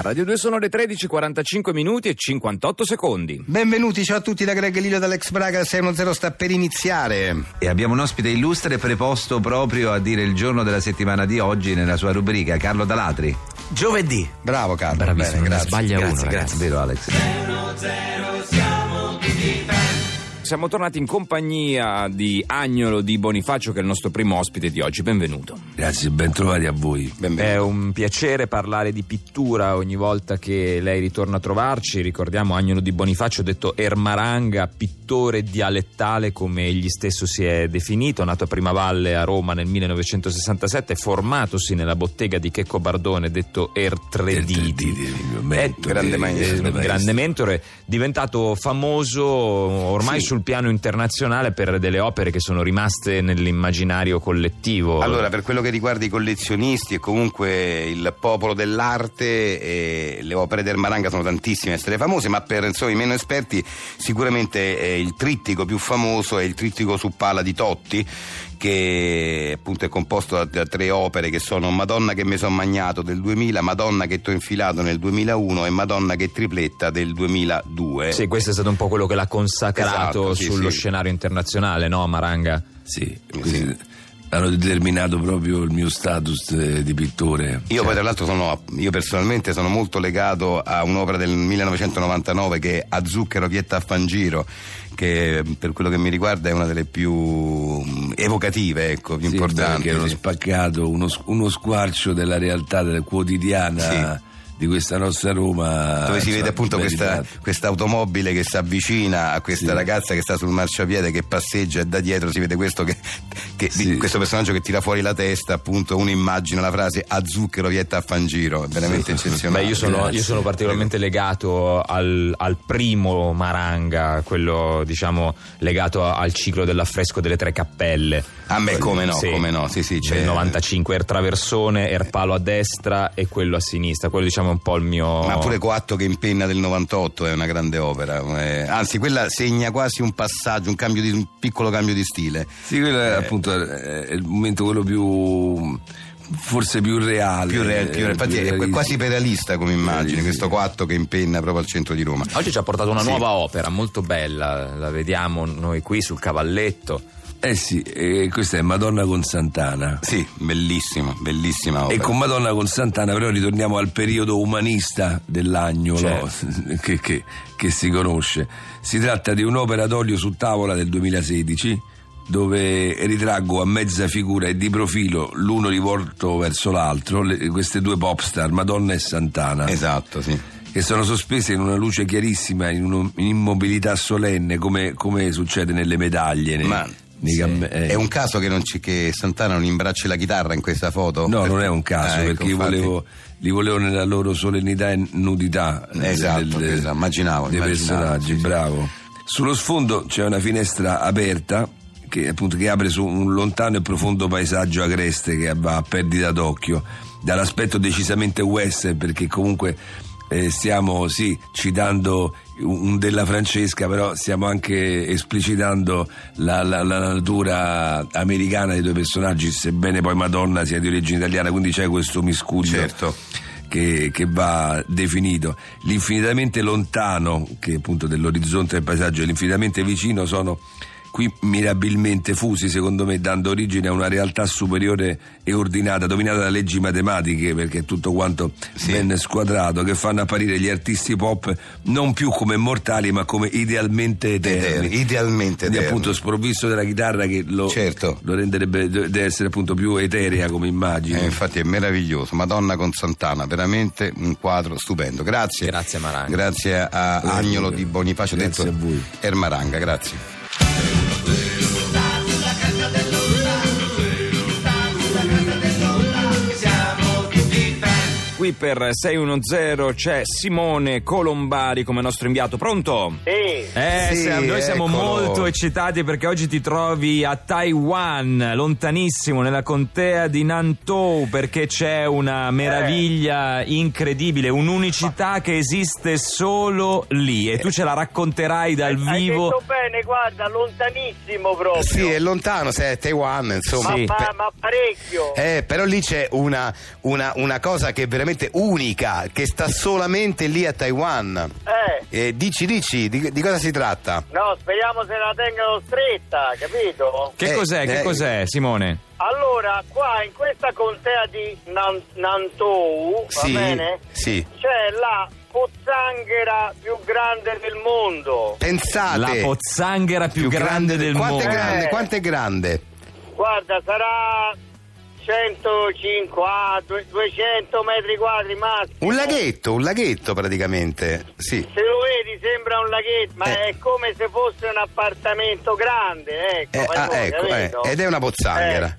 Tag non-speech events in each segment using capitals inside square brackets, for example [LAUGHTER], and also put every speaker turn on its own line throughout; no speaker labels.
Radio 2 sono le 13:45 minuti e 58 secondi.
Benvenuti, ciao a tutti da Greg Lillo dall'ex Braga, il 610 sta per iniziare.
E abbiamo un ospite illustre preposto proprio a dire il giorno della settimana di oggi nella sua rubrica, Carlo Dalatri.
Giovedì.
Bravo Carlo,
Bravissimo, non
bene, grazie.
sbaglia uno.
Grazie,
ragazzi.
grazie, vero Alex?
Siamo tornati in compagnia di Agnolo di Bonifacio che è il nostro primo ospite di oggi. Benvenuto.
Grazie, bentrovati a voi.
Benvenuti.
È un piacere parlare di pittura ogni volta che lei ritorna a trovarci. Ricordiamo Agnolo di Bonifacio, detto Ermaranga, pittore dialettale come egli stesso si è definito, nato a Primavalle a Roma nel 1967, formatosi nella bottega di Checco Bardone, detto Ertrediti.
Il mio mentore,
grande
il
maestro,
grande
Eh, Grande mentore, diventato famoso ormai
Sì.
sul piano internazionale per delle opere che sono rimaste nell'immaginario collettivo.
Allora, per quello che riguarda i collezionisti e comunque il popolo dell'arte, eh, le opere del Maranga sono tantissime, essere famose, ma per insomma, i meno esperti sicuramente eh, il trittico più famoso è il trittico su pala di Totti, che appunto è composto da, da tre opere che sono Madonna che mi son magnato del 2000, Madonna che t'ho infilato nel 2001 e Madonna che tripletta del 2002.
Sì, questo è stato un po' quello che l'ha consacrato
eh, Esatto, sì,
sullo
sì.
scenario internazionale, no, Maranga?
Sì, questi hanno determinato proprio il mio status eh, di pittore.
Io poi tra l'altro sono, io personalmente sono molto legato a un'opera del 1999 che è A Zucchero Vietta a Fangiro, che per quello che mi riguarda è una delle più mm, evocative, ecco, più
Sì,
importanti.
perché è uno
sì.
spaccato, uno, s- uno squarcio della realtà della quotidiana di questa nostra Roma.
Dove si
ah, insomma,
vede appunto questa,
meritata.
questa automobile che si avvicina a questa
Sì.
ragazza che sta sul marciapiede, che passeggia e da dietro si vede questo, che- che-
Sì.
di- questo personaggio che tira fuori la testa, appunto uno immagina la frase a zucchero vietta a fangiro, è veramente eccezionale. Eh.
Beh, io sono,
Grazie.
io sono particolarmente legato al, al primo Maranga, quello diciamo legato a- al ciclo dell'affresco delle tre cappelle.
A me come no,
Sì.
come no, sì sì,
C'è il 95 er traversone, er palo a destra e quello a sinistra. Quello diciamo è un po' il mio.
Oh.
Ma pure Coatto che impenna del 98 è una grande opera, eh, anzi quella segna quasi un passaggio, un, cambio di- un piccolo cambio di stile.
Sì, quello è appunto eh, è il momento quello più forse più reale.
Più real- più real-
eh,
infatti è
realistico.
quasi peralista come immagine, questo Coatto che impenna proprio al centro di Roma.
Oggi ci ha portato una
Sì.
nuova opera molto bella, la vediamo noi qui sul cavalletto.
Eh sì, eh, questa è Madonna con Santana.
Sì, bellissima, bellissima opera.
E con Madonna con Santana però ritorniamo al periodo umanista dell'agnolo
Certo.
che, che- che si conosce. Si tratta di un'opera d'olio su tavola del 2016 dove ritraggo a mezza figura e di profilo l'uno rivolto verso l'altro le- queste due popstar, Madonna e Santana
Esatto, sì.
che sono sospese in una luce chiarissima, in un'immobilità solenne, come, come succede nelle medaglie. nei-
Ma
nei gamme- eh.
È un caso che, non ci- che Santana non imbracci la chitarra in questa foto?
No,
Perché-
non è un caso,
Ah, ecco,
perché io
infatti.
volevo, li volevo nella loro solennità e nudità. eh,
Esatto, esatto, immaginavo,
Dei
immaginavo,
personaggi,
sì, sì.
bravo. Sullo sfondo c'è una finestra aperta che, appunto, che apre su un lontano e profondo paesaggio agreste che va a perdita d'occhio, dall'aspetto decisamente western, perché comunque eh, stiamo, sì, citando un un della Francesca, però stiamo anche esplicitando la, la- la natura americana dei due personaggi, sebbene poi Madonna sia di origine italiana, quindi c'è questo miscuglio
Certo.
che, che va definito. L'infinitamente lontano, che appunto dell'orizzonte del paesaggio, e l'infinitamente vicino sono qui mirabilmente fusi, secondo me, dando origine a una realtà superiore e ordinata, dominata da leggi matematiche, perché è tutto quanto
Sì.
ben squadrato, che fanno apparire gli artisti pop non più come mortali, ma come idealmente eterni.
Eterni,
eh,
idealmente
Quindi
eterni.
appunto sprovvisto della chitarra che lo,
Certo.
lo renderebbe, deve essere appunto più eterea come immagine.
Eh, infatti è meraviglioso, Madonna con Santana, veramente un quadro stupendo. Grazie.
Grazie, Maranga.
Grazie a
Grazie.
Agnolo di Bonifacio,
Grazie
detto
a voi.
Ermaranga, grazie.
Qui per 610 c'è Simone Colombari come nostro inviato. Pronto?
Sì,
Eh,
Sì,
Sam, noi siamo
eccolo.
molto eccitati perché oggi ti trovi a Taiwan, lontanissimo, nella contea di Nantou, perché c'è una meraviglia incredibile, un'unicità che esiste solo lì e tu ce la racconterai dal
Eh, hai
vivo.
detto bene, guarda, lontanissimo proprio.
Eh, Sì, è lontano, se è Taiwan, insomma.
ma,
Pe-
ma- ma parecchio.
Eh, però lì c'è una, una- una cosa che veramente veramente unica che sta solamente lì a Taiwan.
Eh,
Eh, dici, dici, di, di cosa si tratta?
no, speriamo se la tengano stretta, capito?
Che
Eh,
cos'è, che
eh.
cos'è, Simone?
Allora, qua in questa contea di Nan- Nantou,
Sì,
va bene?
sì.
C'è la pozzanghera più grande del mondo.
Pensate.
La pozzanghera più, grande, del
quanto
mondo.
È ah, grande,
Eh.
quanto è grande?
Guarda, sarà 150, 200 metri quadri massimo.
Un laghetto, un laghetto praticamente. Sì.
Se lo vedi sembra un laghetto, ma
Eh.
è come se fosse un appartamento grande, ecco.
Eh,
fai
ah,
conto,
ecco,
capito?
eh, ed è una pozzanghera.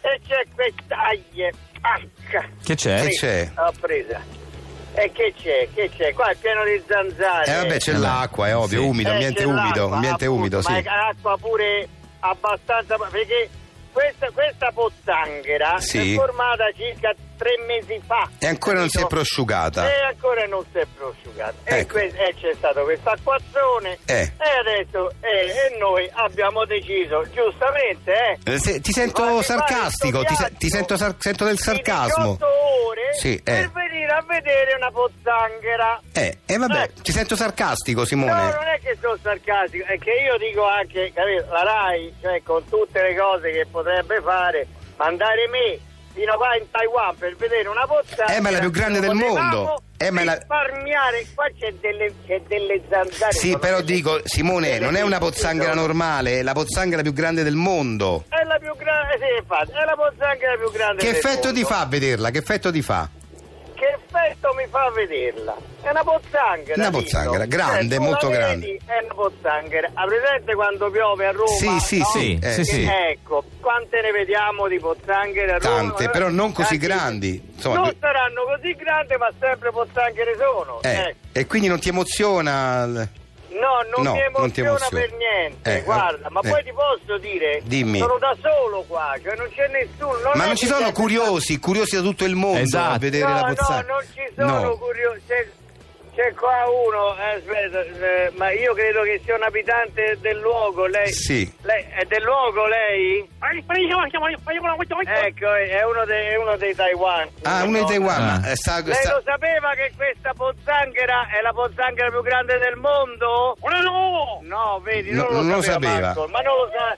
Eh. E c'è questa... Aie, pacca.
Che c'è?
Eh,
Che c'è?
L'ho presa. E che c'è? Che c'è? Qua è pieno di zanzare.
Eh vabbè, c'è l'acqua, è ovvio,
Sì.
umido,
Eh,
ambiente
c'è
umido,
l'acqua,
ambiente
appunto,
umido, sì.
Ma è acqua pure abbastanza... Perché questa, questa pozzanghera
Sì.
si è formata circa tre mesi fa.
E ancora non si è
capito?
prosciugata.
E ancora non si è prosciugata. E,
Ecco.
que- e c'è stato questo acquazzone.
Eh.
E adesso eh, e noi abbiamo deciso, giustamente, eh,
Eh, se- ti
Guarda,
sento
guarda,
sarcastico, ti, se-
sto
ti sento, sar- sento del
di
sarcasmo.
18 ore
Sì, eh.
per venire a vedere una pozzanghera.
Eh, e vabbè,
Ecco.
ti sento sarcastico,
No,
Simone.
non è che sono sarcastico, è che io dico anche, capito, la RAI, cioè con tutte le cose che potrebbe fare, mandare me fino qua in Taiwan per vedere una pozzanghera.
Eh, ma è la più grande del mondo.
potevamo
Eh, ma è la-
risparmiare, qua c'è delle, c'è delle zanzare.
Sì,
sono
però
delle-
dico, Simone,
delle
non è una
piccole.
pozzanghera normale, è la pozzanghera più grande del mondo.
È la più grande, sì, infatti, è la pozzanghera più grande
Che
del
effetto ti
mondo.
fa a vederla? Che effetto ti fa?
Che effetto mi fa vederla? È una pozzanghera.
Una
Tito.
pozzanghera, grande,
tu la
molto
vedi,
grande.
È una pozzanghera. Ha presente quando piove a Roma?
Sì, sì, sì,
no?
Sì,
eh,
sì, sì.
Ecco, quante ne vediamo di pozzanghere a Roma?
Tante, però non così
Tanti-
grandi, insomma,
non
più-
saranno così grandi, ma sempre pozzanghere sono.
Eh,
Ecco.
e quindi non ti emoziona?
No, non,
No,
mi emoziona
non ti emoziona.
per niente,
Eh,
guarda, ma
eh.
poi ti posso dire,
Dimmi.
sono da solo qua, cioè non c'è nessuno.
Ma
è
non ci
che
sono
c'è-
curiosi, curiosi da tutto il mondo a
Esatto.
vedere
no,
la
No,
pozzanghera?
non ci sono
No.
curiosi. C'è, c'è qua uno, eh, aspetta, eh, ma io credo che sia un abitante del luogo, lei.
Sì.
Lei, è del luogo lei? Ecco, è uno, de- è uno dei Taiwan.
Ah, uno di Taiwan,
Ah.
ma sta,
Lei
sta-
lo sapeva che questa pozzanghera è la pozzanghera più grande del mondo? No, vedi, non,
No,
lo,
non lo
sapeva,
sapeva.
Marco, ma non lo sa.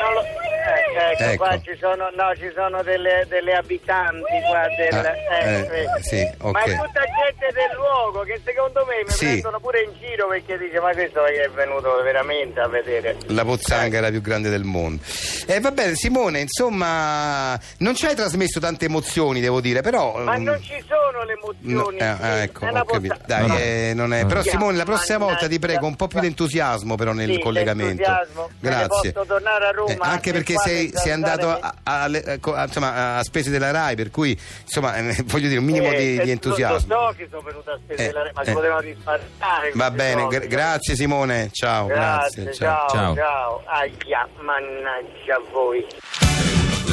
non lo- eh, ecco,
Ecco.
qua ci sono, no, ci sono delle, delle abitanti qua del...
Ah,
ecco,
eh,
vedi.
sì, ok.
Ma è tutta gente del luogo che secondo me mi
Sì.
prendono pure in giro perché dice ma questo è venuto veramente a vedere.
la
Eh.
pozzanghera più grande del mondo. E va bene, Simone, insomma, non ci hai trasmesso tante emozioni, devo dire, però...
Ma
ehm,
non ci sono le
no,
emozioni.
eh, ah, ecco,
è una
ho capito.
pozza-
Dai,
No, no.
eh, non è- Però
Sì,
Simone, la prossima volta ti prego un po' più di entusiasmo però nel
Sì,
collegamento.
l'entusiasmo, perché
Grazie. Eh,
posso tornare a Roma,
anche
anche
perché
qua
sei,
senza
sei andato
alzare
a, a- alle- eh, co- a- insomma, a spese della RAI, per cui insomma, eh, [LAUGHS] voglio dire un minimo
Eh,
di,
eh,
di entusiasmo.
Lo so che sono venuto a spese
Eh,
la- ma
eh.
si potevano risparmiare.
Va
questi
bene,
soldi.
gra- grazie Simone, ciao, grazie.
Grazie,
ciao.
ciao,
Ciao.
ciao. Aia, mannaggia a voi.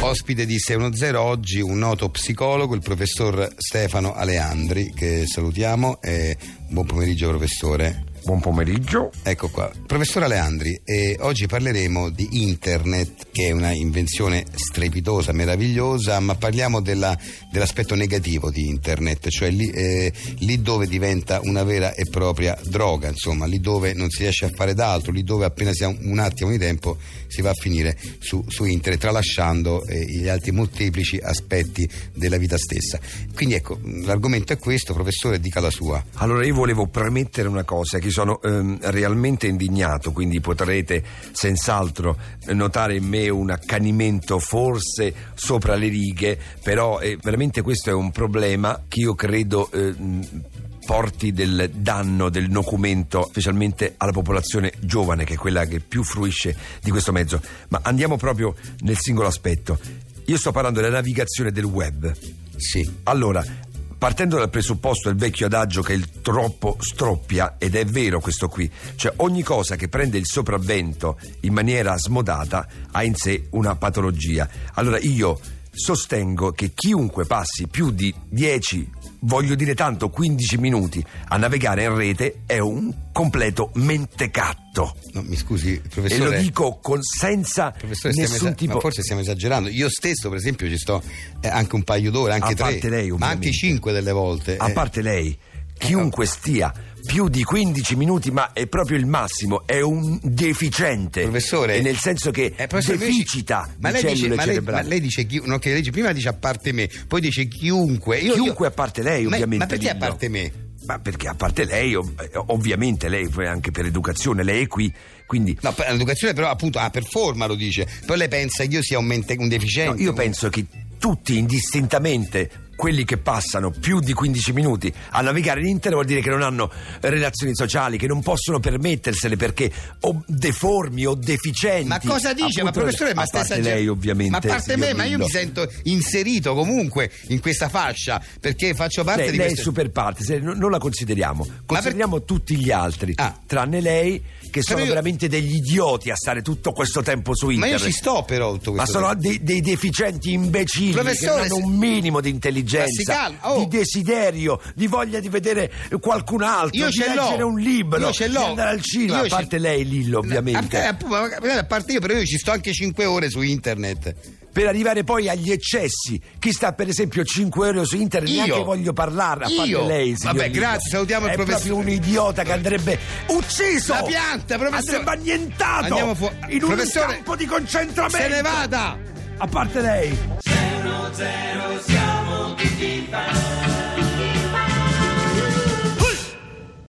Ospite di 610 oggi un noto psicologo, il professor Stefano Aleandri, che salutiamo. e buon pomeriggio professore.
Buon pomeriggio.
Ecco qua. Professor Aleandri, eh, oggi parleremo di internet, che è una invenzione strepitosa, meravigliosa, ma parliamo della- dell'aspetto negativo di internet, cioè lì, eh, lì dove diventa una vera e propria droga, insomma, lì dove non si riesce a fare d'altro, lì dove appena si ha un- un attimo di tempo si va a finire su, su internet, tralasciando eh, gli altri molteplici aspetti della vita stessa. Quindi ecco, l'argomento è questo, professore, dica la sua.
Allora io volevo premettere una cosa che sono ehm, realmente indignato, quindi potrete senz'altro notare in me un accanimento forse sopra le righe, però eh, veramente questo è un problema che io credo ehm, porti del danno del documento specialmente alla popolazione giovane che è quella che più fruisce di questo mezzo. Ma andiamo proprio nel singolo aspetto. Io sto parlando della navigazione del web.
Sì.
Allora, partendo dal presupposto del vecchio adagio che il troppo stroppia, ed è vero questo qui, cioè ogni cosa che prende il sopravvento in maniera smodata ha in sé una patologia. Allora io sostengo che chiunque passi più di 10 voglio dire tanto, 15 minuti a navigare in rete è un completo mentecatto.
No, mi scusi,
E
professore.
lo dico con- senza
Professore, stiamo
nessun
esa-
tipo...
ma forse stiamo esagerando. Io stesso, per esempio, ci sto eh, anche un paio d'ore, anche
A
tre,
parte lei,
ma anche
ovviamente.
cinque delle volte.
a
eh.
parte lei, chiunque
oh.
stia più di 15 minuti, ma è proprio il massimo, è un deficiente.
Professore,
E nel senso che
Eh, professore, invece-
deficita
ma
di
lei dice,
cellule
ma lei,
cerebrali.
ma lei dice chi- no, che lei dice- prima dice a parte me, poi dice chiunque. Io-
Chiunque
io-
a parte lei,
Ma-
ovviamente.
Ma perché a
Lillo.
parte me?
Ma perché a parte lei, ov- eh, ovviamente lei poi anche per educazione, lei è qui, quindi
No, per- l'educazione però appunto ah, per forma lo dice. Poi lei pensa che io sia un, mente- un deficiente.
No, Eh, io
un-
penso che tutti indistintamente quelli che passano più di 15 minuti a navigare in internet vuol dire che non hanno relazioni sociali, che non possono permettersele perché o deformi o deficienti.
Ma cosa dice? ma
Appunto,
professore, ma
a
sta
parte
esagerando.
lei ovviamente.
Ma a parte me,
signor
ma io
Lillo.
mi sento inserito comunque in questa fascia perché faccio parte
lei,
di
lei
questo.
è super parte, se- non non la consideriamo. Consideriamo tutti gli altri,
Ah.
tranne lei, che sono
io-
veramente degli idioti a stare tutto questo tempo su
Ma io
internet.
ci sto però tutto
Ma
questo.
sono dei, dei deficienti imbecilli
Professore,
che non
se-
hanno un minimo di
Ma si
intelligenza,
calma, oh.
di desiderio, di voglia di vedere qualcun altro,
Io
di
ce l'ho.
leggere un libro,
Io ce l'ho.
di andare al cinema,
Io
a
ce- Eh,
parte lei Lillo ovviamente.
A, a- a parte io, però io ci sto anche 5 ore su internet.
Per arrivare poi agli eccessi, chi sta per esempio 5 euro su internet,
Io?
neanche voglio parlarne, a
Io?
parte lei. signor
Vabbè,
Lillo.
grazie, salutiamo il
È
professore.
proprio un idiota che andrebbe ucciso!
La pianta, professore.
Andrebbe annientato!
Andiamo fuori.
In un
Professore,
campo di concentramento!
Se ne vada!
A parte lei!
zero zero zero